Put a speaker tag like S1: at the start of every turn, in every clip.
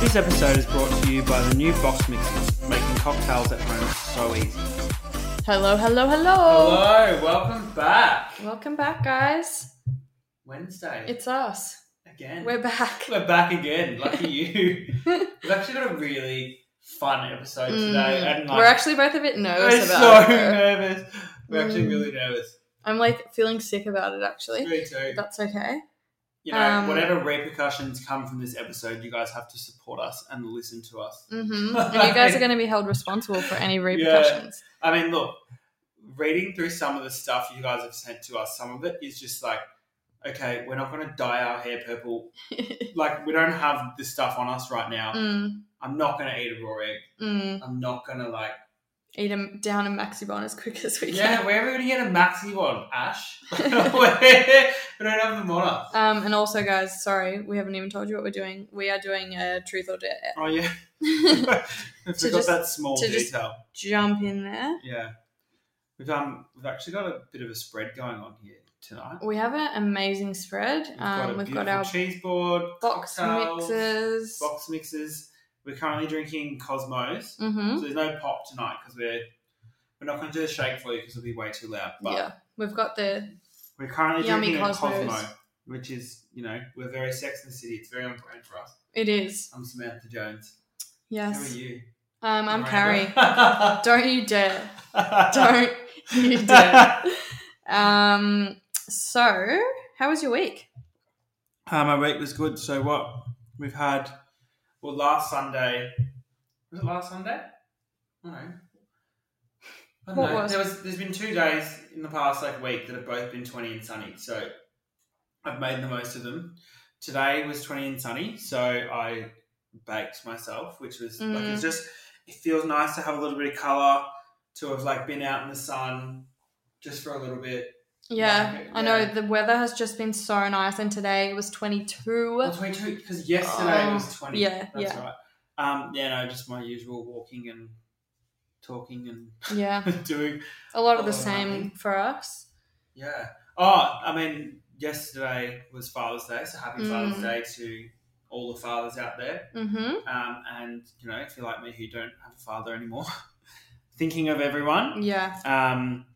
S1: This episode is brought to you by the new box mixes, making cocktails at home so easy.
S2: Hello, hello, hello.
S1: Hello, welcome back.
S2: Welcome back, guys.
S1: Wednesday
S2: It's us.
S1: again.
S2: We're back.
S1: We're back again. Lucky you. We've actually got a really fun episode today. And
S2: Mm.
S1: like,
S2: We're actually both a bit
S1: we're
S2: nervous
S1: so
S2: about it.
S1: nervous. We're actually
S2: Mm.
S1: really nervous.
S2: I'm like feeling sick about it, actually.
S1: Me too.
S2: That's okay.
S1: You know,
S2: Um,
S1: whatever repercussions come from this episode, you guys have to support us and listen to us.
S2: hmm And you guys are going to be held responsible for any repercussions.
S1: I mean, look, reading through some of the stuff you guys have sent to us, some of it is just like, okay, we're not going to dye our hair purple. like, we don't have this stuff on us right now.
S2: mm,
S1: I'm not going to eat a raw egg.
S2: mm.
S1: I'm not going to, like,
S2: Eat them down a maxi bon as quick as we
S1: yeah,
S2: can.
S1: we're going to get a maxi one, Ash. we don't have them on us.
S2: Um, and also, guys, sorry, we haven't even told you what we're doing. We are doing a truth or dare.
S1: Oh, yeah. I forgot
S2: just-
S1: that small
S2: to
S1: detail.
S2: just- Jump in there.
S1: Yeah. We've, um, we've actually got a bit of a spread going on here tonight.
S2: We have an amazing spread.
S1: We've got,
S2: Um,
S1: a
S2: we've
S1: beautiful
S2: got our
S1: cheese board,
S2: box
S1: cocktails,
S2: mixes.
S1: box mixes. We're currently drinking Cosmos,
S2: Mm-hmm.
S1: so there's no pop tonight because we're we're not going to do the shake for you because it'll be way too loud. But
S2: yeah, we've got the
S1: we're currently
S2: Yummy
S1: drinking a Cosmo,
S2: Cosmos.
S1: which is you know we're very Sex and the City. It's very on brand for us.
S2: It is.
S1: I'm Samantha Jones. How
S2: Yes.
S1: are you?
S2: Um, I'm Carrie.
S1: Miranda?
S2: Don't you dare. Don't you dare. Um, so, how was your week?
S1: Uh, my week was good. So what we've had, well, last Sunday was it last Sunday? No, I don't
S2: What
S1: know.
S2: was?
S1: There was there's been two days in the past like week that have both been twenty and sunny. So I've made the most of them. Today was twenty and sunny, so I baked myself, which was like
S2: Mm.
S1: it's just it feels nice to have a little bit of color to have like been out in the sun just for a little bit.
S2: Yeah,
S1: Like,
S2: I know
S1: yeah.
S2: the weather has just been so nice, and today it was 22.
S1: Well, 22 because yesterday
S2: Oh,
S1: was 20.
S2: yeah,
S1: that's
S2: yeah.
S1: right. Um, yeah, no, just my usual walking and talking
S2: yeah,
S1: and doing.
S2: a lot of the
S1: Oh,
S2: same
S1: lovely.
S2: for us.
S1: Yeah. Oh, I mean, yesterday was Father's Day, so happy Father's
S2: Mm.
S1: Day to all the fathers out there.
S2: Mm-hmm.
S1: Um, and you know, if you're like me who don't have a father anymore, thinking of everyone.
S2: Yeah,
S1: Um,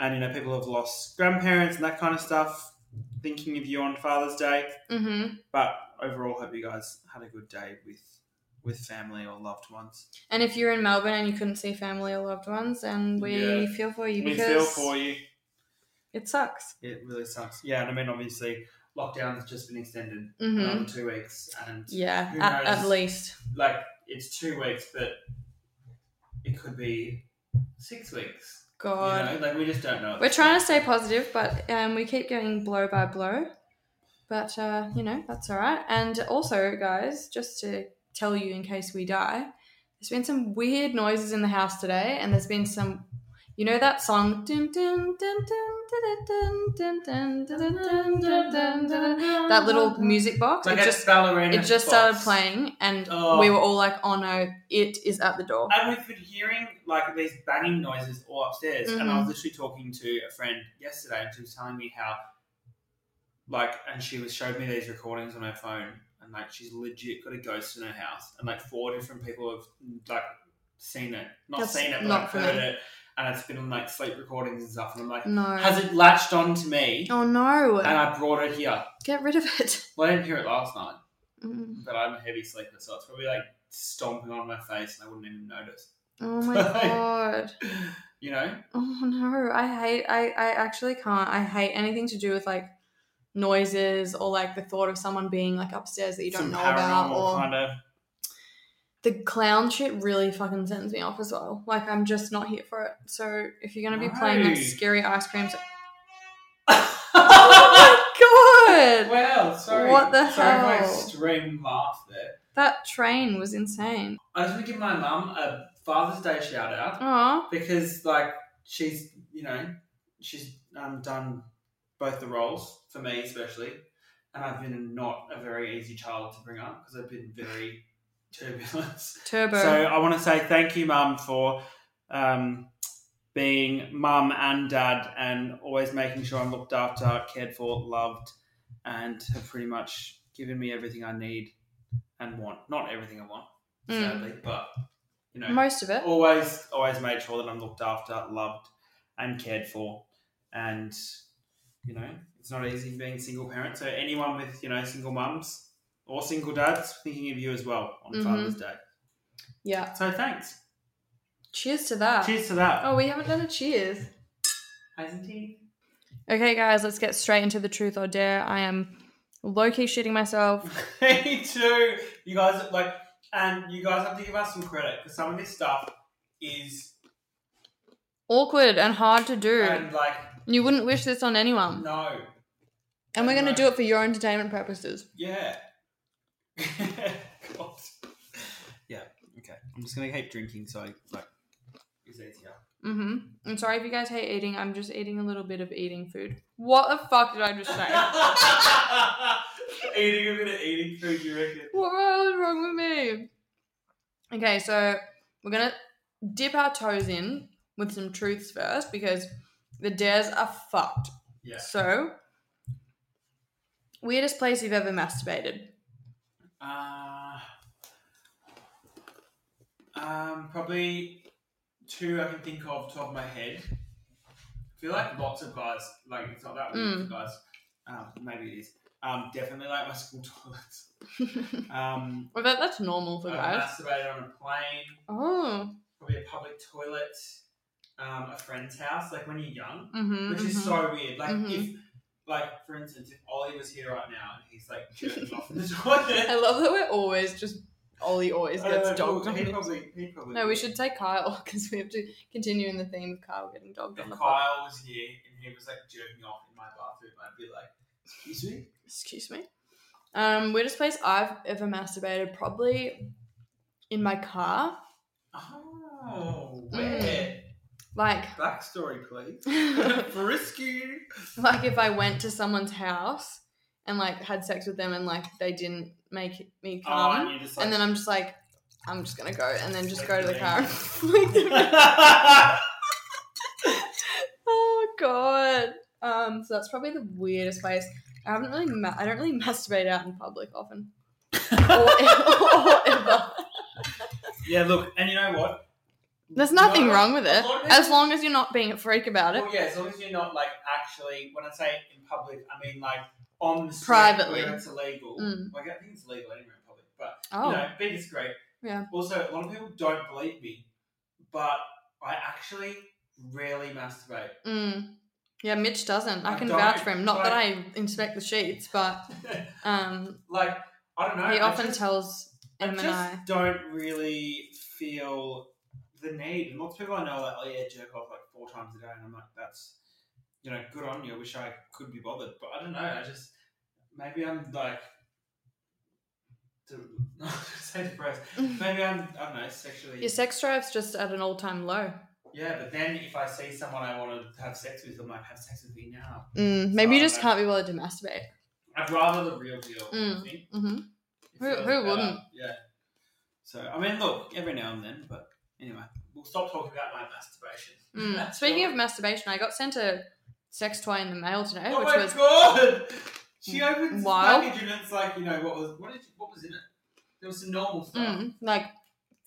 S1: and you know, people have lost grandparents and that kind of stuff. Thinking of you on Father's Day.
S2: mm-hmm.
S1: But overall, hope you guys had a good day with with family or loved ones.
S2: And if you're in Melbourne and you couldn't see family or loved ones, and we
S1: Yeah.
S2: feel for you
S1: We
S2: because
S1: feel for you.
S2: it sucks.
S1: It really sucks. Yeah, and I mean, obviously, lockdown has just been extended
S2: Mm-hmm.
S1: another two weeks, and
S2: Yeah,
S1: Um, Who
S2: at, at
S1: knows?
S2: least.
S1: like it's two weeks, but it could be six weeks. You
S2: God.
S1: know, like we just don't know.
S2: We're trying to stay positive, but um, we keep going blow by blow. But uh, you know that's all right. And also, guys, just to tell you in case we die, there's been some weird noises in the house today, and there's been some, you know, that song. Dun, dun, dun, dun, dun, dun, dun, dun, dun, dun, dun, dun, dun, dun. That little music box.
S1: Like
S2: It just
S1: ballerina.
S2: it just started
S1: box.
S2: playing, and
S1: Oh.
S2: we were all like, "Oh no, it is at the door."
S1: And we've been hearing like these banging noises all upstairs. And
S2: Mm-hmm.
S1: I was literally talking to a friend yesterday, and she was telling me how, like, and she was showed me these recordings on her phone, and like she's legit got a ghost in her house, and like four different people have like seen it, not
S2: That's
S1: seen it, but
S2: not
S1: like,
S2: for
S1: heard
S2: me.
S1: it, and it's been on like sleep recordings and stuff. And I'm like,
S2: No.
S1: has it latched on to me?
S2: Oh
S1: And
S2: no!
S1: I brought it here.
S2: Get rid of it.
S1: Well, I didn't hear it last night,
S2: Mm.
S1: but I'm a heavy sleeper, so it's probably like stomping on my face, and I wouldn't even notice.
S2: Oh my god.
S1: You know,
S2: Oh no. I hate I, I actually can't. I hate anything to do with like noises or like the thought of someone being like upstairs that you don't
S1: Some
S2: know about
S1: paranormal
S2: or
S1: kind of
S2: the clown shit really fucking sends me off as well. Like I'm just not here for it. So if you're gonna be playing
S1: No.
S2: like scary ice creams
S1: wow,
S2: Oh my god!
S1: sorry.
S2: What the
S1: sorry for my
S2: hell?
S1: extreme laugh there.
S2: That train was insane.
S1: I just want to give my mum a Father's Day shout out
S2: Aw.
S1: because, like, she's, you know, she's um, done both the roles, for me especially. And I've been not a very easy child to bring up because I've been very turbulent.
S2: Turbo.
S1: So I want to say thank you, Mum, for um, being mum and dad and always making sure I'm looked after, cared for, loved, and have pretty much given me everything I need and want. Not everything I want,
S2: Mm.
S1: sadly, but you know,
S2: Most of it.
S1: always always made sure that I'm looked after, loved, and cared for. And you know, it's not easy being single parent. So anyone with you know single mums or single dads, thinking of you as well on
S2: Mhm.
S1: Father's Day.
S2: Yeah.
S1: So thanks.
S2: Cheers to that.
S1: Cheers to that.
S2: Oh, we haven't done a cheers.
S1: Hasn't he?
S2: Okay, guys, let's get straight into the truth or dare. I am low key shitting myself.
S1: Me too. You guys like, and you guys have to give us some credit because some of this stuff is
S2: Awkward and hard to do.
S1: and like
S2: you wouldn't wish this on anyone.
S1: no,
S2: and we're going to
S1: no.
S2: do it for your entertainment purposes.
S1: yeah. God. Yeah. Okay. I'm just gonna keep drinking so I like it's easier.
S2: hmm I'm sorry if you guys hate eating. I'm just eating a little bit of eating food. What the fuck did I just say?
S1: eating a bit of eating food, you reckon?
S2: what was wrong with me? Okay, so we're going to dip our toes in with some truths first because the dares are fucked.
S1: Yeah.
S2: So, weirdest place you've ever masturbated?
S1: Uh, um, probably two I can think of top of my head. I feel like lots of guys, like it's not that weird
S2: Mm.
S1: for guys. Um, maybe it is. Um, definitely like my school toilets. Um,
S2: Well, that, that's normal
S1: I
S2: for guys.
S1: masturbated on a plane.
S2: Oh,
S1: Probably a public toilet. Um, a friend's house. Like when you're young,
S2: mm-hmm.
S1: which is so weird. Like
S2: Mhm.
S1: if, like for instance, if Ollie was here right now and he's like jerking off in the toilet.
S2: I love that we're always just Ollie always
S1: I
S2: gets
S1: don't know,
S2: dogged on.
S1: Uh, He
S2: this.
S1: probably, he probably
S2: No, we
S1: would.
S2: should take Kyle because we have to continue in the theme of Kyle getting dogged
S1: if
S2: on the pod.
S1: Kyle was here and he was like jerking off in my bathroom, I'd be like, "Excuse me."
S2: Excuse me. Um, weirdest place I've ever masturbated probably in my car.
S1: Oh,
S2: Mm.
S1: where?
S2: Like,
S1: Backstory, please.
S2: like
S1: Rescue.
S2: if I went to someone's house and like had sex with them and like they didn't make me come.
S1: Oh, and you just like.
S2: Um, and then I'm just like, I'm just gonna go, and then just
S1: Like
S2: go to
S1: the
S2: the car.
S1: name.
S2: Like the- oh god. Um, so that's probably the weirdest place. I haven't really, ma- I don't really masturbate out in public often, or, e-, or ever.
S1: yeah, look, and you know what?
S2: There's nothing
S1: No,
S2: wrong with
S1: a
S2: it,
S1: lot of
S2: as
S1: people-
S2: long as you're not being a freak about it.
S1: Well, yeah, as long as you're not like actually. When I say in public, I mean like on the street
S2: Privately.
S1: where it's illegal.
S2: Mm.
S1: Like I think it's illegal anywhere in public, but
S2: Oh,
S1: you know, be discreet.
S2: Yeah.
S1: Also, a lot of people don't believe me, but I actually rarely masturbate.
S2: mm. yeah, Mitch doesn't. I
S1: I
S2: can
S1: don't,
S2: vouch for him. Not
S1: but-
S2: that I inspect the sheets, but um,
S1: like, I don't know.
S2: he
S1: I
S2: often
S1: just,
S2: tells
S1: I
S2: Em and I.
S1: just don't really feel the need. And lots of people I know are like, oh yeah, jerk off like four times a day, and I'm like, that's you know, good on you. I wish I could be bothered, but I don't know. I just maybe I'm like. De- no, say depressed. Maybe I'm, I don't know, sexually.
S2: Your sex drive's just at an all-time low.
S1: Yeah, but then if I see someone I want to have sex with, I'm like, have sex with me now.
S2: Mm, maybe you
S1: Oh,
S2: just
S1: no.
S2: can't be bothered to masturbate.
S1: I'd rather the real deal.
S2: Mm.
S1: I think. It
S2: hmm Who-
S1: feels
S2: who
S1: better.
S2: wouldn't?
S1: Yeah. So I mean, look, every now and then, but anyway, we'll stop talking about my masturbation.
S2: Mm.
S1: That's
S2: Speaking
S1: all.
S2: of masturbation, I got sent a sex toy in the mail today,
S1: oh
S2: which
S1: my
S2: was Mm.
S1: god, she opens the
S2: Wild.
S1: package and it's like, you know, what was what did you, what was in it? There was some normal stuff.
S2: mm, like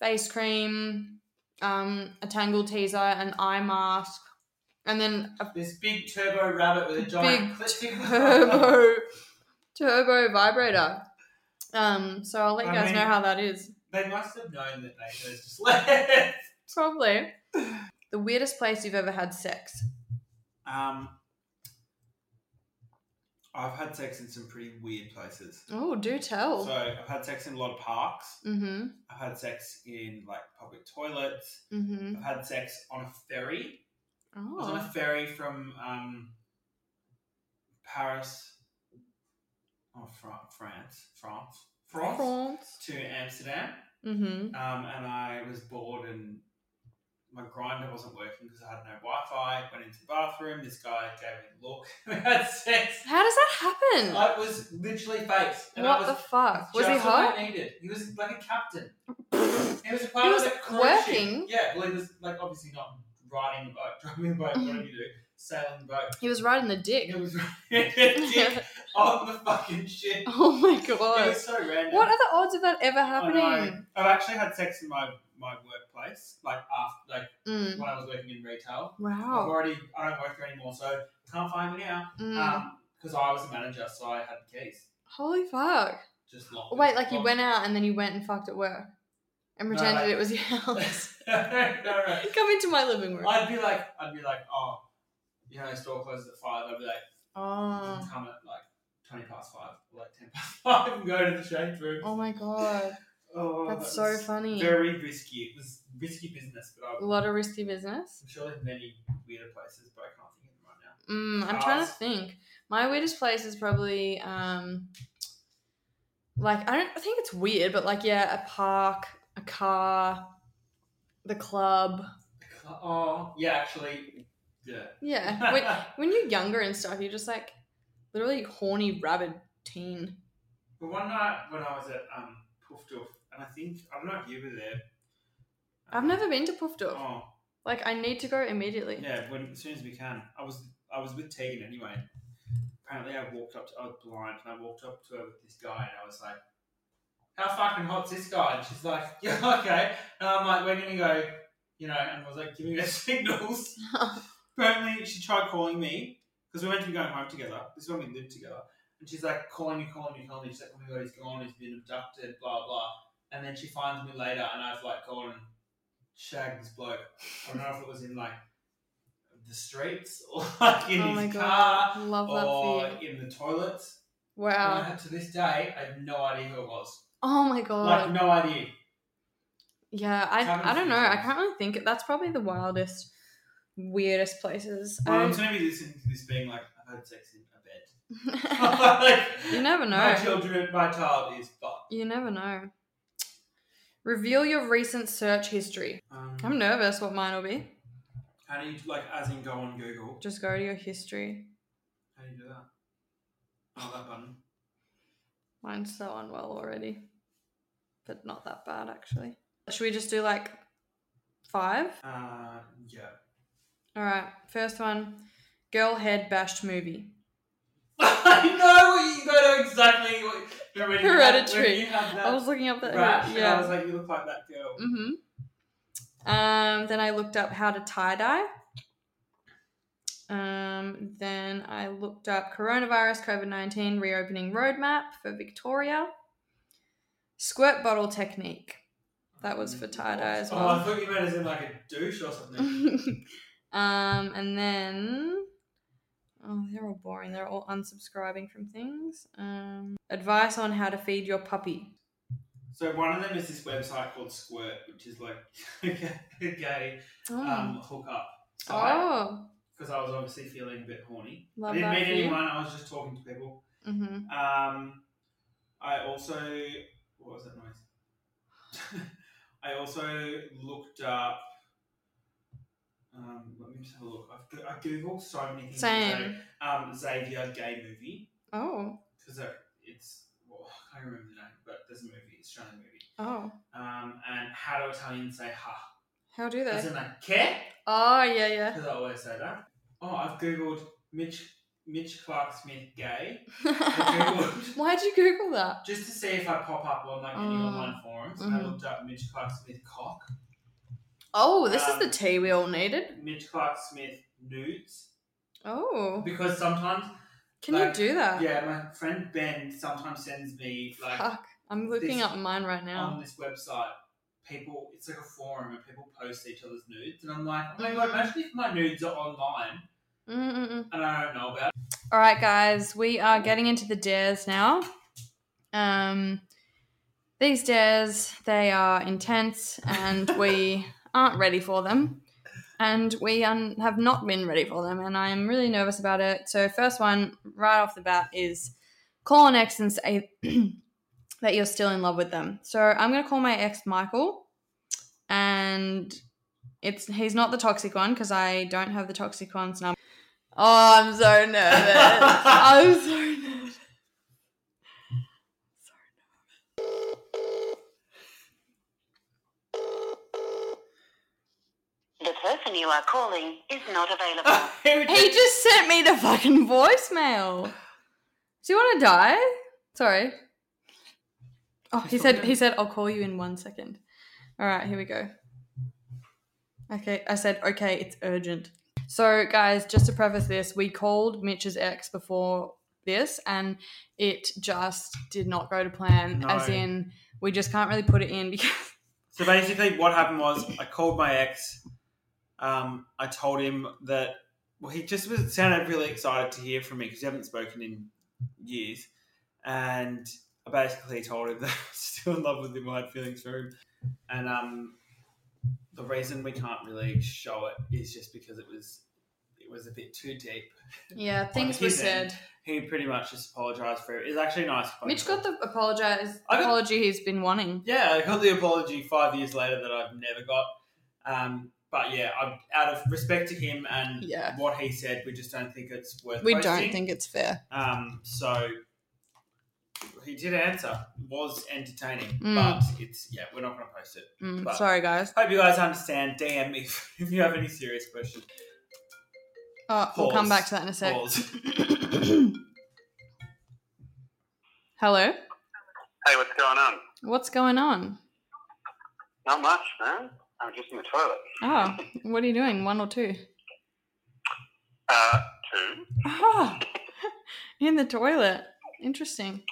S2: face cream, um, a tangle teaser, an eye mask, and then a
S1: This big turbo rabbit with a
S2: big
S1: giant clip.
S2: turbo turbo vibrator. Um, so I'll let you
S1: I
S2: guys
S1: mean-
S2: know how that is.
S1: They must have known that Nathan has just left.
S2: Probably the weirdest place you've ever had sex.
S1: Um, I've had sex in some pretty weird places.
S2: Oh, do tell.
S1: So I've had sex in a lot of parks.
S2: mm-hmm.
S1: I've had sex in like public toilets.
S2: Mm-hmm.
S1: I've had sex on a ferry. I was on
S2: Oh.
S1: a ferry from um, Paris, oh Fran- France, France, France,
S2: France.
S1: to Amsterdam.
S2: Mm-hmm.
S1: Um, and I was bored and my grinder wasn't working because I had no Wi-Fi. Went into the bathroom. This guy gave me a look. We had sex.
S2: How does that happen?
S1: I was literally face. And I
S2: what
S1: was
S2: the fuck? Was he
S1: just what
S2: hot?
S1: I needed. He was like a captain. He was a part
S2: He
S1: of
S2: was
S1: the crew ship.
S2: working?
S1: Yeah, well, he was like obviously not riding the boat, driving the boat, whatever you do, sailing the boat.
S2: He was riding the
S1: He
S2: dick.
S1: was on on the fucking ship.
S2: Oh my
S1: It
S2: god.
S1: was so random.
S2: What are the odds of that ever
S1: I
S2: happening?
S1: know. I've actually had sex in my, my workplace, like after, like
S2: Mm. Oh.
S1: when I was working in retail. I've
S2: Wow.
S1: already, I don't work there anymore, so can't find me now.
S2: Mm.
S1: Because I was the manager, so I had the keys.
S2: Holy fuck.
S1: Just locked.
S2: Oh, wait, like you
S1: you
S2: went out and then you went and fucked at work and
S1: No,
S2: pretended
S1: like-
S2: it was your house.
S1: no, no.
S2: Come into my living room.
S1: I'd be like, I'd be like, oh, you know, store closes at five. I'd be like, you
S2: Oh.
S1: can come at like twenty past five, or like ten past five, and go to the change room.
S2: Oh my god.
S1: Oh,
S2: That's
S1: that
S2: so
S1: was
S2: funny.
S1: Very risky. It was risky business, but
S2: A
S1: I'm,
S2: lot of risky business.
S1: I'm sure there's many weirder places, but I can't think of them right now.
S2: Mm, I'm trying to
S1: Ours.
S2: think. My weirdest place is probably um like I don't I think it's weird, but like yeah, a park, a car, the club.
S1: The cl- Oh, yeah, actually, yeah.
S2: Yeah. When, when you're younger and stuff, you're just like literally horny rabid teen.
S1: But one night when I was at um, Poof Doof, and I think I don't know if you were there.
S2: I've never been to Poof Doof.
S1: Oh,
S2: Like I need to go immediately.
S1: yeah. When as soon as we can, I was I was with Tegan anyway. Apparently, I walked up. To, I was blind, and I walked up to her with this guy, and I was like, "How fucking hot's this guy?" And she's like, "Yeah, okay." And I'm like, "We're gonna go," you know. And I was like giving her signals.
S2: Oh
S1: Apparently, she tried calling me because we were meant to be going home together. This is when we lived together. And she's like calling me, calling me, calling me. She's like, oh my god, he's gone, he's been abducted, blah, blah. And then she finds me later and I've like gone and shagged this bloke. I don't know if it was in like the streets or like in
S2: oh
S1: his
S2: my
S1: car
S2: god. Love that
S1: or
S2: for you.
S1: in the toilets. And
S2: Wow.
S1: I- to this day, I have no idea who it was.
S2: Oh my god.
S1: Like, no idea.
S2: Yeah, I, I
S1: Having
S2: don't know. I
S1: seizures.
S2: can't really think. That's probably the wildest, weirdest places. Um,
S1: Well, I'm
S2: I-
S1: going to be listening to this being like, I've had sex in a bed. like,
S2: you never
S1: my
S2: know.
S1: children, my child is fucked.
S2: You never know. Reveal your recent search history.
S1: Um,
S2: I'm nervous what mine will be.
S1: How do you like as in go on Google?
S2: Just go to your history.
S1: How do you do that? Oh, that button.
S2: Mine's so unwell already. But not that bad, actually. Should we just do like five?
S1: Uh, yeah.
S2: All right. First one Girl Head Bashed Movie.
S1: I know you know exactly what when you
S2: Hereditary.
S1: Have, when you have that
S2: I was looking up that.
S1: rash, and I
S2: yeah.
S1: was like, you look like that girl.
S2: Mm-hmm. Um, then I looked up how to tie dye. Um, then I looked up coronavirus COVID 19 reopening roadmap for Victoria. Squirt bottle technique. That was for tie-dye as
S1: Oh,
S2: well.
S1: I thought you meant as in like a douche or something.
S2: um, and then. Oh, they're all boring. They're all unsubscribing from things. Um, advice on how to feed your puppy.
S1: so one of them is this website called Squirt, which is like a gay
S2: Oh,
S1: um, hookup site.
S2: oh
S1: Because I was obviously feeling a bit horny.
S2: love
S1: I didn't
S2: that.
S1: meet
S2: For you.
S1: anyone. I was just talking to people.
S2: Mm-hmm.
S1: Um, I also what was that noise? I also looked up. Um, let me just have a look. I've, go- I googled so many things.
S2: Same.
S1: today. Um, Xavier gay movie
S2: Oh,
S1: because it's well, I can't remember the name, but there's a movie, Australian movie.
S2: oh.
S1: Um, and how do Italians say ha?
S2: How do
S1: As
S2: they?
S1: in like che?
S2: Oh, yeah, yeah.
S1: Because I always say that. Oh, I've googled Mitch Mitch Clark Smith gay. I googled
S2: Why'd you Google that?
S1: just to see if I pop up on like any
S2: Mm.
S1: online forums. I
S2: Mhm.
S1: looked up Mitch Clark Smith cock,
S2: Oh, this
S1: Um,
S2: is the tea we all needed.
S1: Mitch Clark Smith nudes,
S2: Oh,
S1: because sometimes
S2: can
S1: like,
S2: you do that?
S1: yeah, my friend Ben sometimes sends me like
S2: Fuck, I'm looking
S1: this-
S2: up mine right now.
S1: on this website. People, it's like a forum and people post each other's nudes, and I'm like, oh
S2: Mm.
S1: my god, imagine if my nudes are online
S2: Mm-mm-mm.
S1: and I don't know about. it.
S2: All right, guys, we are getting into the dares now. Um, these dares they are intense, and we aren't ready for them, and we un- have not been ready for them, and I am really nervous about it. So, first one right off the bat is call an ex and say that you're still in love with them. So, I'm gonna call my ex Michael, and it's he's not the toxic one because I don't have the toxic one's number. Oh, I'm so nervous. I'm so nervous.
S3: The person you are calling is not available.
S1: Who
S2: He
S1: did-
S2: just sent me the fucking voicemail. Do you want to die? Sorry. Oh,
S1: It's
S2: he
S1: all
S2: said
S1: good.
S2: he said I'll call you in one second. All right, here we go. Okay, I said okay, it's urgent. So, guys, just to preface this, we called Mitch's ex before this, and it just did not go to plan.
S1: No.
S2: As in, we just can't really put it in because
S1: So basically, what happened was I called my ex. Um, I told him that well, he just was sounded really excited to hear from me because we haven't spoken in years, and I basically told him that I was still in love with him. I had feelings for him, and um, the reason we can't really show it is just because it was it was a bit too deep.
S2: yeah, things
S1: he
S2: were
S1: then-
S2: said.
S1: He pretty much just apologized for it. It's actually nice. phone
S2: Mitch
S1: call.
S2: got the apologize
S1: I got-
S2: apology he's been wanting.
S1: Yeah, I got the apology five years later that I've never got. Um, but yeah, I'm, out of respect to him and
S2: Yeah.
S1: what he said, we just don't think it's worth.
S2: We
S1: posting.
S2: don't think it's fair.
S1: Um, so he did answer. It was entertaining,
S2: Mm.
S1: but it's yeah, we're not going to post it.
S2: Mm,
S1: But-
S2: sorry, guys.
S1: Hope you guys understand. DM me if, if you have any serious questions.
S2: Oh, we'll come
S1: Pause.
S2: back to that in a sec.
S1: Pause.
S2: Hello.
S4: Hey, what's going on?
S2: What's going on?
S4: Not much, man. I'm just in the toilet.
S2: Oh, what are you doing? One or two?
S4: Uh, two.
S2: Ah, in the toilet. Interesting.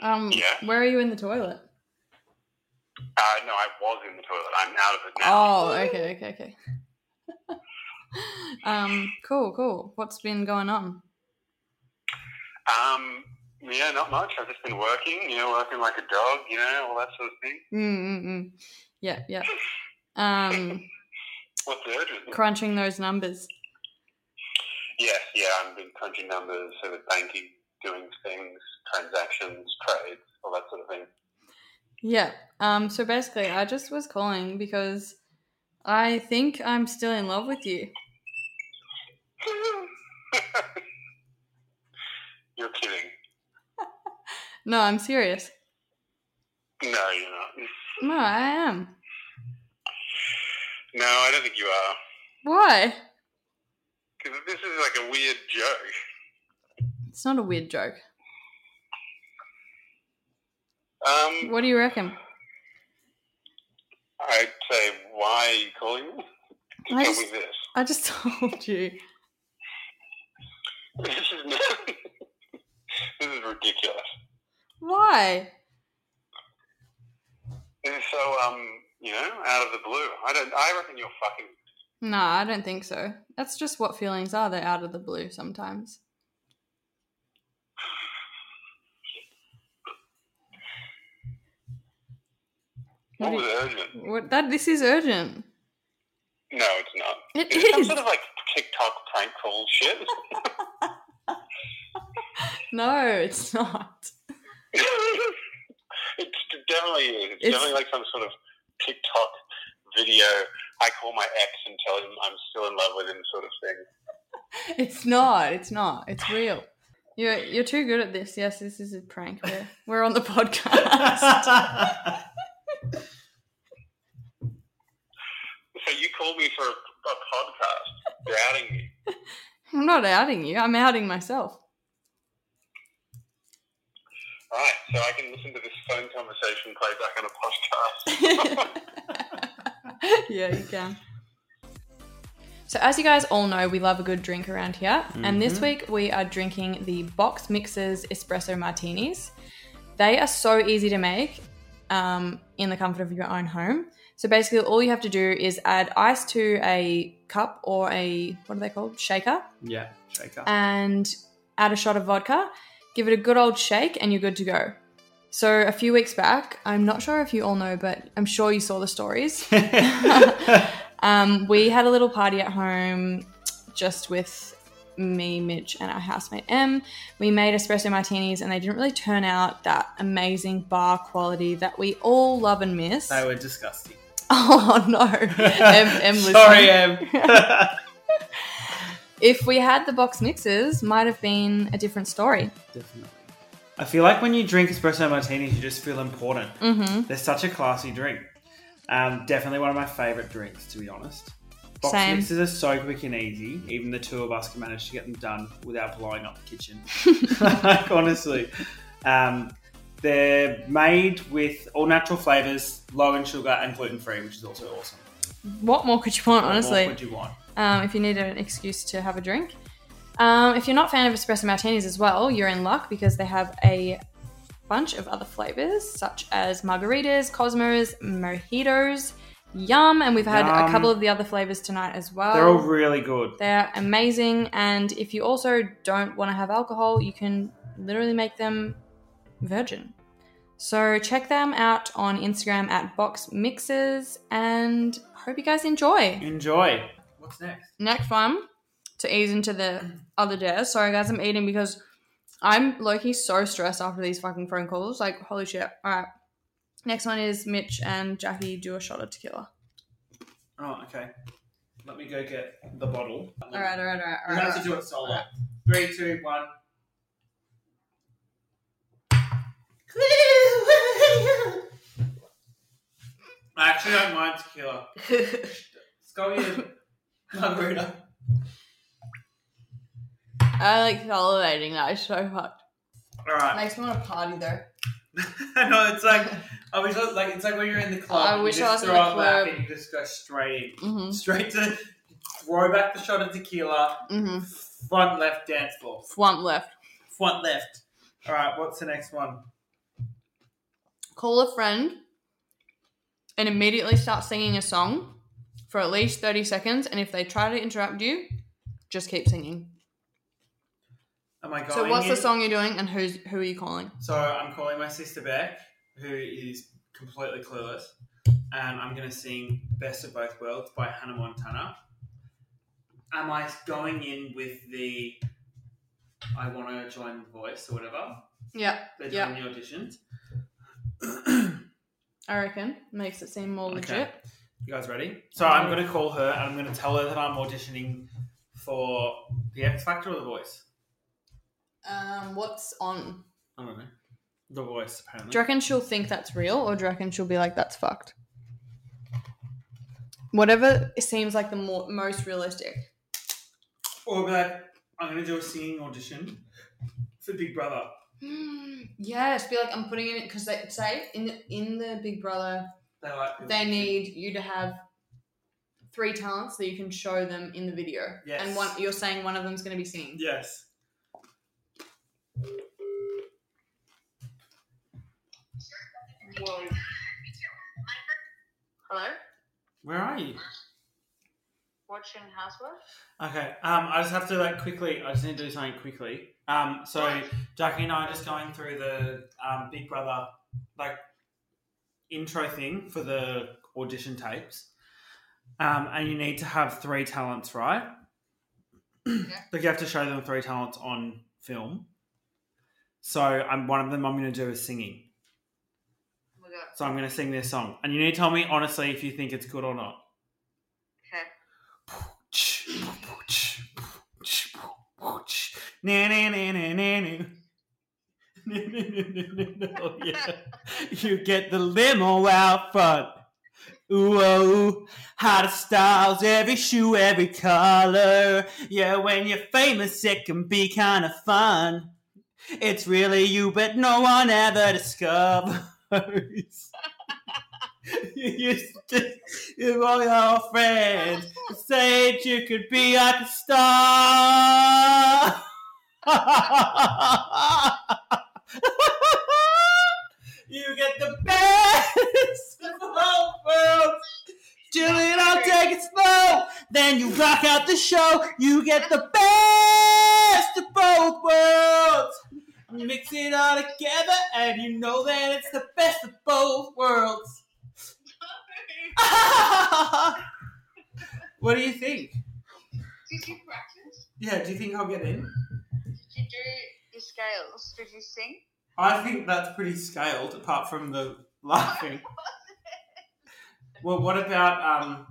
S2: Um,
S4: Yeah.
S2: where are you in the toilet?
S4: Uh, no, I was in the toilet. I'm out of it now.
S2: Oh, okay, okay, okay. um, cool, cool. What's been going on?
S4: Um, yeah, not much. I've just been working, you know, working like a dog, you know, all that sort of thing.
S2: Mm-mm-mm. Mm, Yeah, yeah. Um,
S4: What's the urgency?
S2: crunching those numbers.
S4: Yes, yeah, I've been crunching numbers, sort of banking, doing things, transactions, trades, all that sort of thing.
S2: Yeah. Um, so basically, I just was calling because I think I'm still in love with you.
S4: You're kidding.
S2: No, I'm serious.
S4: No, you're not.
S2: No, I am.
S4: No, I don't think you are.
S2: Why?
S4: Because this is like a weird joke.
S2: It's not a weird joke.
S4: Um,
S2: What do you reckon?
S4: I'd say, why are you calling me? To
S2: I
S4: tell
S2: just-
S4: me this.
S2: I just told you.
S4: This is, not- this is ridiculous.
S2: Why?
S4: This is so, um, you know, out of the blue. I don't. I reckon you're fucking.
S2: Nah, I don't think so. That's just what feelings are. They're out of the blue sometimes. What
S4: What
S2: do
S4: was
S2: you-
S4: urgent?
S2: What, that this is urgent.
S4: No, it's not.
S2: It
S4: It's some
S2: is.
S4: sort of like TikTok prank call shit.
S2: No, it's not.
S4: it's definitely is. It's,
S2: It's-
S4: definitely like some sort of TikTok video. I call my ex and tell him I'm still in love with him, sort of thing.
S2: It's not. It's not. It's real. You're you're too good at this. Yes, this is a prank. We're, we're on the podcast.
S4: So you called me for a, a podcast, doubting me.
S2: I'm not outing you. I'm outing myself.
S4: Right, so I can listen to this phone conversation play back on a podcast.
S2: yeah, you can. So, as you guys all know, we love a good drink around here. And this week we are drinking the Box Mixers Espresso Martinis. They are so easy to make um, in the comfort of your own home. So, basically, all you have to do is add ice to a cup or a, what are they called? Shaker.
S1: yeah, shake up.
S2: And add a shot of vodka, give it a good old shake, and you're good to go. So, a few weeks back, I'm not sure if you all know, but I'm sure you saw the stories. Um, we had a little party at home just with me, Mitch, and our housemate Em. We made espresso martinis and they didn't really turn out that amazing bar quality that we all love and miss.
S1: they were disgusting.
S2: Oh no. Em, Em listening.
S1: Sorry, Em.
S2: If we had the box mixers, might have been a different story.
S1: Definitely. I feel like when you drink espresso martinis, you just feel important.
S2: Mm-hmm.
S1: They're such a classy drink. Um, definitely one of my favorite drinks, to be honest. Box
S2: Same.
S1: mixes are so quick and easy. Even the two of us can manage to get them done without blowing up the kitchen. like honestly, um, they're made with all natural flavors, low in sugar and gluten free, which is also awesome.
S2: What more could you want,
S1: what
S2: honestly?
S1: more could you want?
S2: um, if you need an excuse to have a drink. Um, if you're not a fan of espresso martinis as well, you're in luck because they have a bunch of other flavors such as margaritas, cosmos, mojitos, yum, and we've had
S1: Yum.
S2: a couple of the other flavors tonight as well.
S1: They're all really good.
S2: They're amazing, and if you also don't want to have alcohol, you can literally make them virgin. So check them out on Instagram at Box Mixes, and hope you guys enjoy.
S1: Enjoy. What's next?
S2: Next one to ease into the other day. Sorry guys, I'm eating because I'm Loki so stressed after these fucking phone calls. Like holy shit. All right. Next one is Mitch and Jackie do a shot of tequila.
S1: Oh, okay. Let me go get the bottle.
S2: All right, all right, all right, all
S1: We
S2: right.
S1: have to do it solo. Three, two, one. I actually don't mind tequila. Let's go in. Margarita.
S2: I like salivating that. It's so fucked.
S1: Alright.
S2: Makes me want to party though.
S1: I know it's like I wish I was like it's like when you're in the club.
S2: I
S1: and you
S2: wish I
S1: just
S2: was in
S1: throw
S2: the
S1: it back
S2: club.
S1: And you just go straight
S2: hmm
S1: in. Straight to throw back the shot of tequila.
S2: hmm
S1: Front left dance floor.
S2: Swamp left.
S1: Front left. Alright, what's the next one?
S2: Call a friend and immediately start singing a song for at least 30 seconds. And if they try to interrupt you, just keep singing.
S1: Am I going
S2: So what's the
S1: in?
S2: song you're doing and who's who are you calling?
S1: So I'm calling my sister Beck, who is completely clueless, and I'm going to sing "Best of Both Worlds" by Hannah Montana. Am I going in with the "I want to join the voice" or whatever
S2: Yeah,
S1: they're
S2: Yeah.
S1: doing the auditions?
S2: I reckon makes it seem more
S1: Okay.
S2: legit.
S1: You guys ready? So I'm going to call her, and I'm going to tell her that I'm auditioning for the X Factor or the Voice.
S2: Um, what's on?
S1: I don't know. The Voice, apparently.
S2: Do you reckon she'll think that's real, or do you reckon she'll be like, "That's fucked"? Whatever seems like the more, most realistic.
S1: or be like, I'm going to do a singing audition for Big Brother.
S2: Mm, yes, be like, I'm putting in it because they say in the in the Big Brother
S1: They like people
S2: they
S1: to sing.
S2: need you to have three talents that you can show them in the video.
S1: Yes.
S2: And one you're saying one of them's going to be singing.
S1: Yes.
S3: Hello?
S1: Where are you?
S3: Watching Housewives?
S1: Okay. Um, I just have to like quickly. I just need to do something quickly. Um, so Jackie and I are just going through the um, Big Brother like intro thing for the audition tapes. Um, and you need to have three talents, right? Like you have to show them three talents on film. So I'm one of them. I'm going to do is singing.
S3: Oh my god.
S1: So I'm going to sing this song, and you need to tell me honestly if you think it's good or not.
S3: Okay.
S1: Na, na, na, na, na, na. Na, na, na, na, na, na. Oh, yeah. You get the limo out front. Ooh, oh, hottest styles, every shoe, every color. Yeah, when you're famous, it can be kind of fun. It's really you, but no one ever discovers. you used to, you all your friends said you could be like a star. you get the best of both worlds. Julie, I'll take it slow. Then you rock out the show. You get the best of both worlds. Mix it all together, and you know that it's the best of both worlds. what do you think?
S3: Did you practice?
S1: Yeah, do you think I'll get in?
S3: Did you do the scales? Did you sing?
S1: I think that's pretty scaled, apart from the laughing. well, what about um,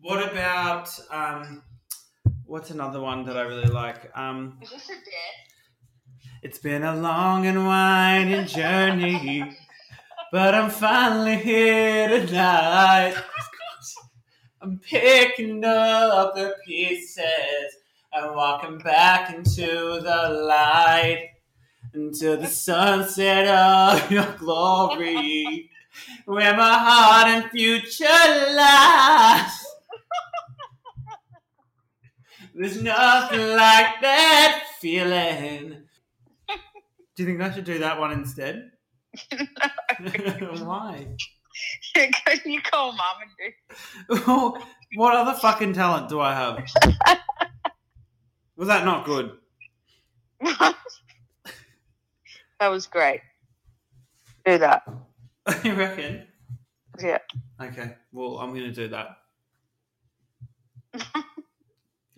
S1: what about um, what's another one that I really like? Um,
S3: Is this a dare?
S1: it's been a long and winding journey, but I'm finally here tonight.
S5: I'm picking up the pieces and walking back into the light, into the sunset of your glory, where my heart and future lies. There's nothing like that feeling. Do you think I should do that one instead? Why?
S3: Can you call mum and do
S5: Oh, what other fucking talent do I have? Was that not good?
S3: that was great. Do that.
S5: you reckon?
S3: Yeah.
S5: Okay. Well, I'm gonna do that.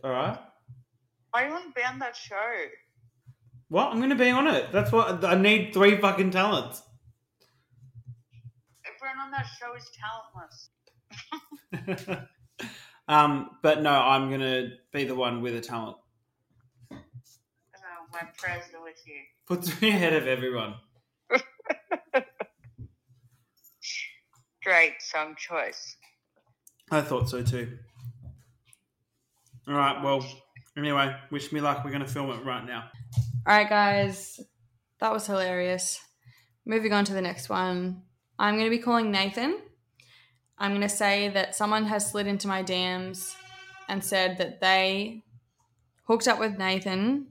S5: All right.
S3: Why do you want to be on that show?
S5: Well, I'm gonna be on it. That's what I need. Three fucking talents.
S3: Everyone on that show is talentless.
S5: um, but no, I'm gonna be the one with a talent.
S3: Oh, my prayers are with you.
S5: Put me ahead of everyone.
S3: Great song choice.
S5: I thought so too. All right. Well, anyway, wish me luck. We're gonna film it right now.
S2: All right, guys, that was hilarious. Moving on to the next one. I'm going to be calling Nathan. I'm going to say that someone has slid into my DMs and said that they hooked up with Nathan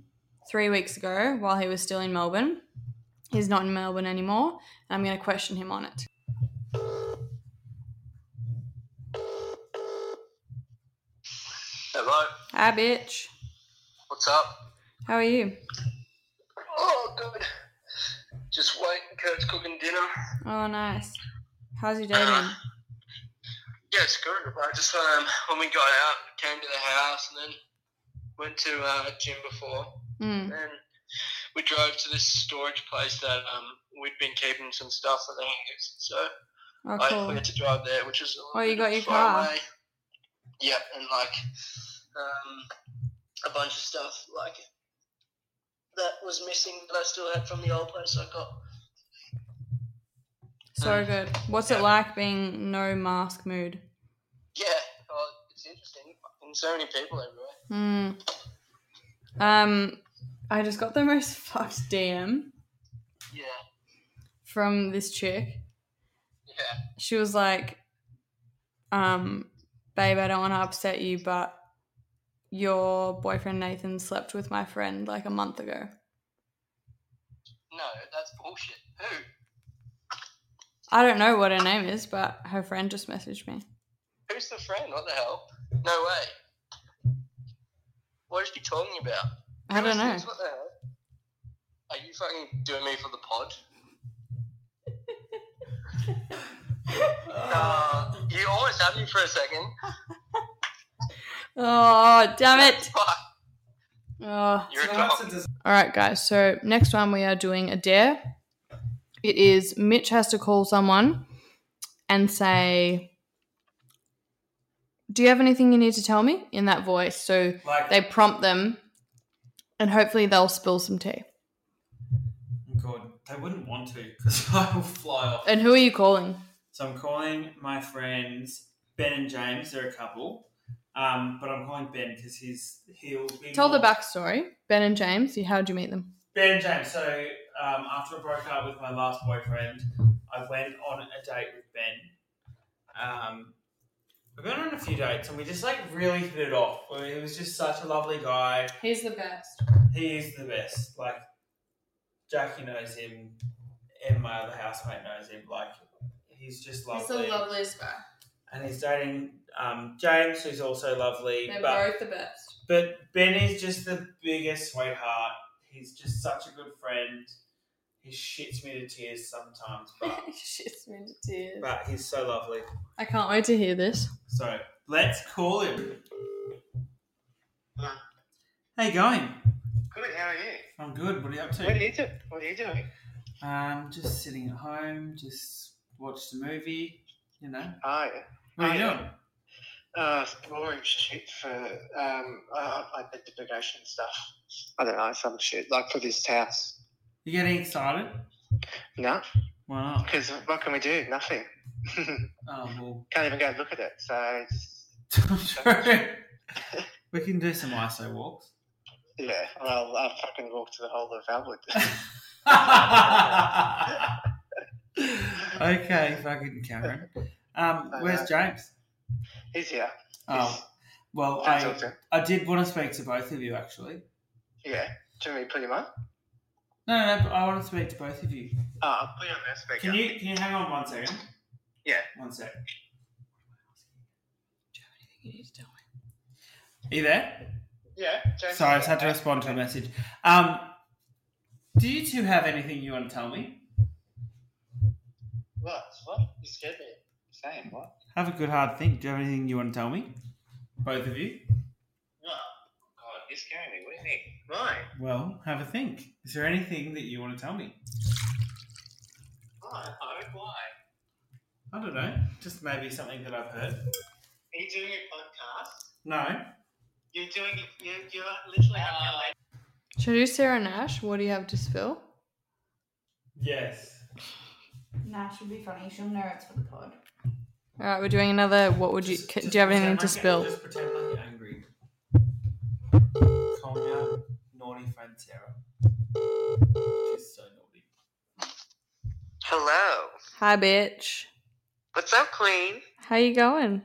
S2: three weeks ago while he was still in Melbourne. He's not in Melbourne anymore, and I'm going to question him on it.
S6: Hello,
S2: Hi, bitch.
S6: what's up?
S2: How are you?
S6: Oh, good. Just wait. Kurt's cooking dinner.
S2: Oh, nice. How's your day been?
S6: Yeah, it's good. I just um, when we got out, came to the house, and then went to uh, gym before.
S2: Mm.
S6: Then we drove to this storage place that um, we'd been keeping some stuff that they used. So
S2: Oh,
S6: I, we
S2: cool.
S6: had to drive there, which was. a
S2: Oh, you
S6: bit
S2: got your
S6: far
S2: car?
S6: away. Yeah, and like um, a bunch of stuff like that was missing that I still had from the old place I got.
S2: So good. What's it like being no mask mood?
S6: Yeah, oh, it's interesting. Fucking so many people everywhere.
S2: Hmm. Um, I just got the most fucked DM
S6: Yeah,
S2: from this chick.
S6: yeah.
S2: She was like, um, babe, I don't want to upset you, but your boyfriend Nathan slept with my friend like a month ago.
S6: No, that's bullshit. Who?
S2: I don't know what her name is, but her friend just messaged me.
S6: Who's the friend? What the hell? No way. What is she talking about?
S2: I
S6: Who is
S2: don't know.
S6: this? What the hell? Are you fucking doing me for the pod? Uh, you almost had me for a second.
S2: Oh, damn it.
S6: Fuck.
S2: Oh.
S6: You're a
S1: That's
S6: dog.
S1: a dis-
S2: All right, guys. So next one we are doing a dare. It is Mitch has to call someone and say, "Do you have anything you need to tell me?" in that voice. So
S1: like,
S2: they prompt them, and hopefully they'll spill some tea.
S1: God, they wouldn't want to because I will fly off.
S2: And who are you calling?
S1: So I'm calling my friends Ben and James. They're a couple, um, but I'm calling Ben because he's he'll be.
S2: Tell the
S1: more-
S2: backstory. Ben and James. you- How'd you meet them?
S1: Ben and James. So um, after I broke up with my last boyfriend, I went on a date with Ben. Um, we went on a few dates and we just like really hit it off. He was just such a lovely guy.
S2: He's the best.
S1: He is the best. Like Jackie knows him, and my other housemate knows him. Like he's just lovely.
S2: loveliest guy.
S1: and he's dating um, James, who's also lovely. but
S2: the best.
S1: but Ben is just the biggest sweetheart. He's just such a good friend. He shits me to tears sometimes, but
S2: Shits me to tears.
S1: but he's so lovely.
S2: I can't wait to hear this.
S1: So let's call him. How you going?
S6: Good, how are you?
S1: I'm good. What are you up
S6: What are
S1: to?
S6: you doing? What are you doing?
S1: Um, just sitting at home, just watched a movie. You know.
S6: Hi.
S1: What are you
S6: Oh, yeah.
S1: doing?
S6: Uh, boring shit for um, I, I did the decoration stuff. I don't know some shit like for this house.
S1: You getting excited?
S6: No,
S1: Why not?
S6: because what can we do? Nothing.
S1: Oh well.
S6: Can't even go and look at it. So just
S1: True. we can do some ISO walks.
S7: Yeah, well, I've fucking walked the whole of Albert.
S1: okay, fucking Cameron. Um,
S7: I
S1: where's
S7: know.
S1: James?
S7: He's here.
S1: Oh, well,
S7: Can't
S1: I,
S7: talk to him.
S1: I did want to speak to both of you actually.
S7: Yeah. Do you want me to put him on?
S1: No, no, no but I want to speak to both of you.
S7: Oh, I'll put him on there, speaker.
S1: Can you can you hang on one second?
S7: Yeah.
S1: One sec.
S2: You need to tell me.
S1: Are you there?
S7: Yeah, James.
S1: Sorry, I just had to respond to a message. Um, do you two have anything you want to tell me?
S7: What? What? You scared me. Saying what?
S1: Have a good hard think. Do you have anything you want to tell me? Both of you?
S7: No. Oh, God, you're scaring me. What do you mean? Why?
S1: Well, have a think. Is there anything that you want to tell me?
S7: Why? Oh, why? Are
S1: I don't know. Just maybe something that I've heard.
S7: you doing a podcast?
S1: No.
S7: You're doing it. You, you're literally having a late
S2: Should I do Sarah Nash? What do you have to spill?
S1: Yes.
S8: Nah, she'll be funny. She'll know it's for the pod.
S2: All right, we're doing another. What would you?
S1: Just-
S2: c
S1: just
S2: do you have
S1: pretend
S2: anything
S1: like
S2: to
S1: it-
S2: spill?
S1: Just pretend like you're angry. Calm down, naughty friend Sarah. She's so naughty.
S6: Hello.
S2: Hi, bitch.
S6: What's up, Queen?
S2: How you going?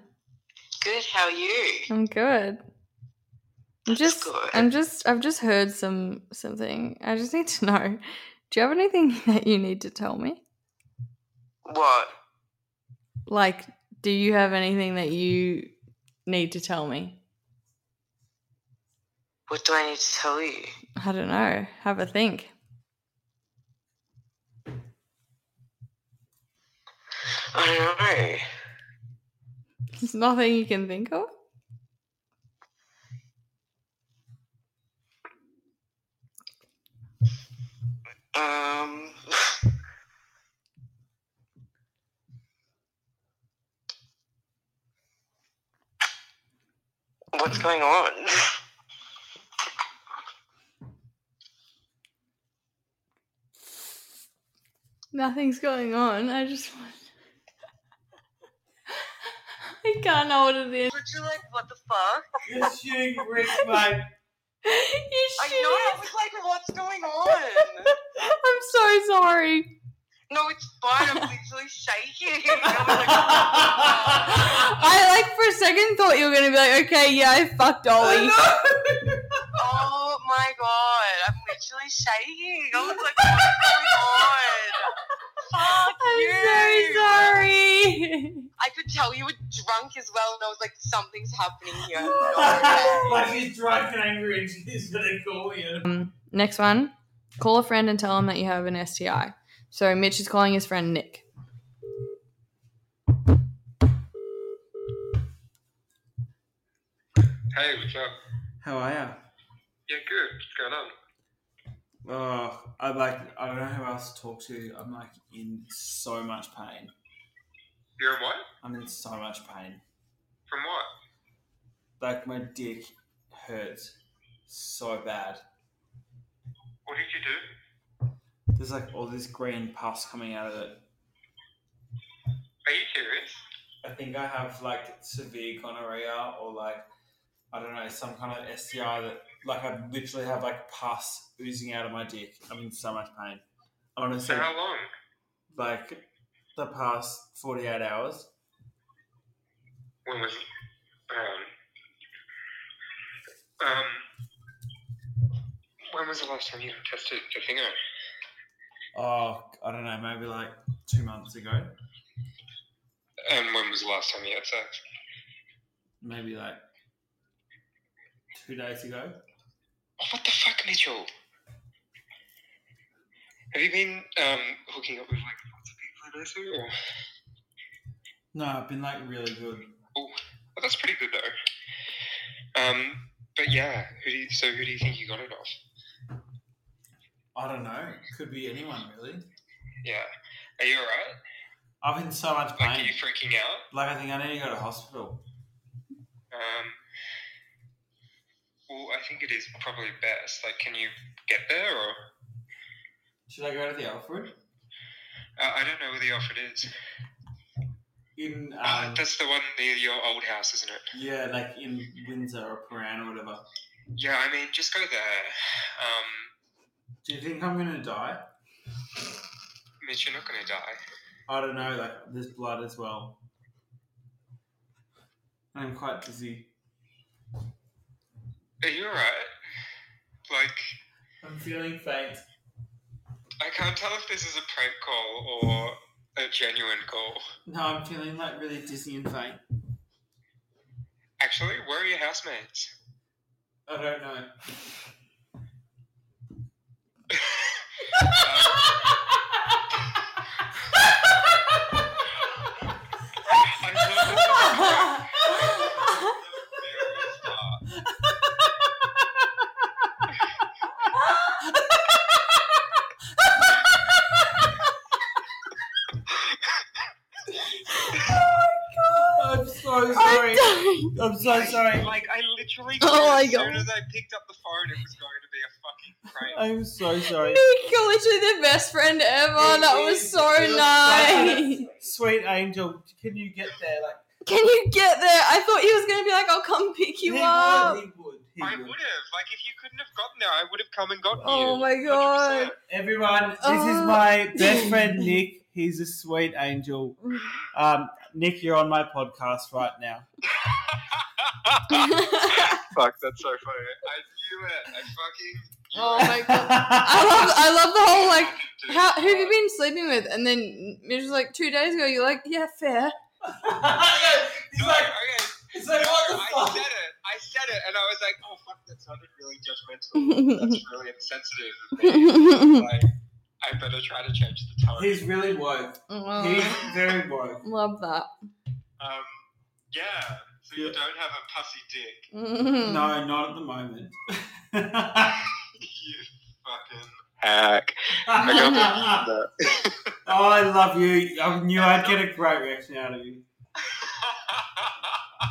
S6: Good, how are you?
S2: I'm good. I'm just.
S6: good.
S2: I'm just. I've just heard some something. I just need to know. Do you have anything that you need to tell me?
S6: What?
S2: Like, do you have anything that you need to tell me?
S6: What do I need to tell you?
S2: I don't know. Have a think.
S6: I don't know.
S2: There's nothing you can think of.
S6: Um. What's going on?
S2: Nothing's going on. I just want. I can't know what it is.
S6: Would you like, what the fuck?
S1: You're shooting Rick, mate.
S2: You
S6: I
S2: should.
S6: know, I was like, what's going on?
S2: I'm so sorry.
S6: No, it's fine, I'm literally shaking. I was like, "What the fuck?"
S2: I like for a second thought you were gonna be like, okay, yeah, I fucked Ollie.
S6: oh my god, I'm literally shaking. I was like, what's going on? Fuck you.
S2: I'm so sorry.
S6: I could tell you were drunk as well, and I was like, something's happening here. I'm not okay.
S5: like she's drunk and angry and she's gonna call you.
S2: Next one. Call a friend and tell him that you have an STI. So Mitch is calling his friend Nick.
S4: Hey, what's up?
S1: How are ya?
S4: Yeah, good. What's going on?
S1: Oh, I like. I don't know who else to talk to. I'm like in so much pain.
S4: You're in what?
S1: I'm in so much pain.
S4: From what?
S1: Like my dick hurts so bad.
S4: What did you do?
S1: There's like all this green pus coming out of it.
S4: Are you serious?
S1: I think I have like severe gonorrhea or like I don't know some kind of STI that like I literally have like pus oozing out of my dick. I'm in so much pain.
S4: So
S1: Honestly,
S4: how long?
S1: like the past 48 hours.
S4: When was it? Um, um, when was the last time you tested your finger?
S1: Oh, I don't know, maybe like two months ago,
S4: And when was the last time you had sex?
S1: maybe like two days ago.
S4: Oh, What the fuck, Mitchell? Have you been um, hooking up with like lots of people lately? Or?
S1: No, I've been like really good.
S4: Well, that's pretty good though. Um, but yeah, who do you, so who do you think you got it off?
S1: I don't know, could be anyone really.
S4: Yeah. Are you alright?
S1: I've been so much
S4: Like, are
S1: pain.
S4: you freaking out?
S1: Like I think I need to go to hospital.
S4: Um, well, I think it is probably best. Like, can you get there, or
S1: Should I go to the Alfred?
S4: uh, I don't know where the offer is.
S1: in
S5: Ah,
S1: um,
S5: that's the one near your old house, isn't it?
S1: yeah, like in Windsor or Paran or whatever.
S5: Yeah, I mean, just go there. Um,
S1: Do you think I'm gonna die?
S5: Mitch, you're not going to die.
S1: I don't know. Like there's blood as well. I'm quite dizzy.
S5: Are you alright? Like,
S1: I'm feeling faint.
S5: I can't tell if this is a prank call or a genuine call.
S1: No, I'm feeling like really dizzy and faint.
S5: Actually, where are your housemates?
S1: I don't know.
S5: Um, I thought this was a prank. Very smart.
S1: I'm so sorry.
S2: I'm dying.
S1: I'm so sorry.
S5: Like I literally,
S2: Oh
S5: knew
S2: my
S5: as soon
S2: God.
S5: as I picked up the phone, it was going to be a fucking prank.
S1: I'm so sorry.
S2: Nick, you're literally the best friend ever. That was so nice.
S1: Sweet angel, can you get there? Like
S2: Can you get there? I thought he was gonna be like, I'll come pick you
S1: he
S2: up.
S1: would, he would, he
S5: I
S1: would.
S5: would have. Like if you couldn't have gotten there, I would have come and gotten
S2: Oh
S5: you.
S2: my god.
S5: 100%.
S1: Everyone, this is
S2: Oh.
S1: my best friend Nick. He's a sweet angel. Um, Nick, you're on my podcast right now.
S5: Fuck, that's so funny. I knew it. I fucking. knew
S2: oh
S5: it.
S2: my god. I love I love the
S1: Oh,
S2: whole like how who have you been sleeping with? And then Mitch was like two days ago, you're like, yeah, fair.
S1: He's
S5: No,
S1: like,
S5: okay.
S1: he's
S5: No,
S1: like,
S5: I
S1: what the
S5: said
S1: fuck?
S5: it. I said it, and I was like, "Oh fuck, that sounded really judgmental. That's really insensitive." Of me. Like, I better try to change the tone.
S1: He's really woke. He's
S2: Oh,
S1: very woke.
S2: love that.
S5: Um, yeah. So you don't have a pussy dick.
S2: Mm.
S1: No, not at the moment.
S5: you fucking hack.
S1: oh, I love you. I knew I'd get a great reaction out of you.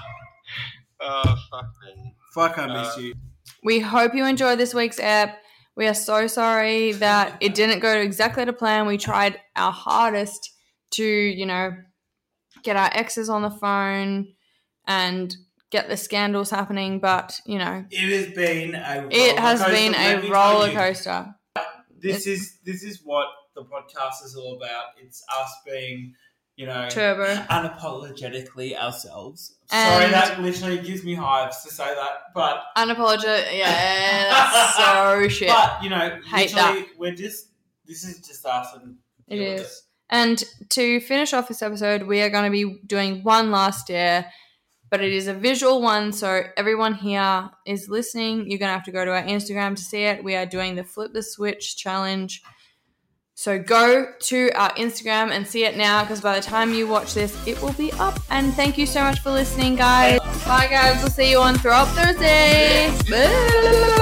S5: oh fuck me.
S1: Fuck, I miss you.
S2: We hope you enjoy this week's app. We are so sorry that it didn't go exactly to plan. We tried our hardest to, you know, get our exes on the phone and get the scandals happening, but, you know,
S1: It has been a.
S2: it has
S1: rollercoaster,
S2: been
S1: let me
S2: a
S1: tell
S2: roller
S1: you.
S2: coaster.
S1: This is this is what the podcast is all about. It's us being, you know,
S2: Turbo.
S1: unapologetically ourselves. Sorry,
S2: And-
S1: that literally gives me hives to say that, but
S2: Unapologetic. Yeah, that's so shit.
S1: but you know,
S2: Hate
S1: literally, we're just this is just us and
S2: It
S1: deal with
S2: is. And to finish off this episode, we are going to be doing one last dare, but it is a visual one. So everyone here is listening. You're going to have to go to our Instagram to see it. We are doing the Flip the Switch challenge. So go to our Instagram and see it now because by the time you watch this, it will be up. And thank you so much for listening, guys. Bye, guys. We'll see you on Throw Up Thursday. Bye.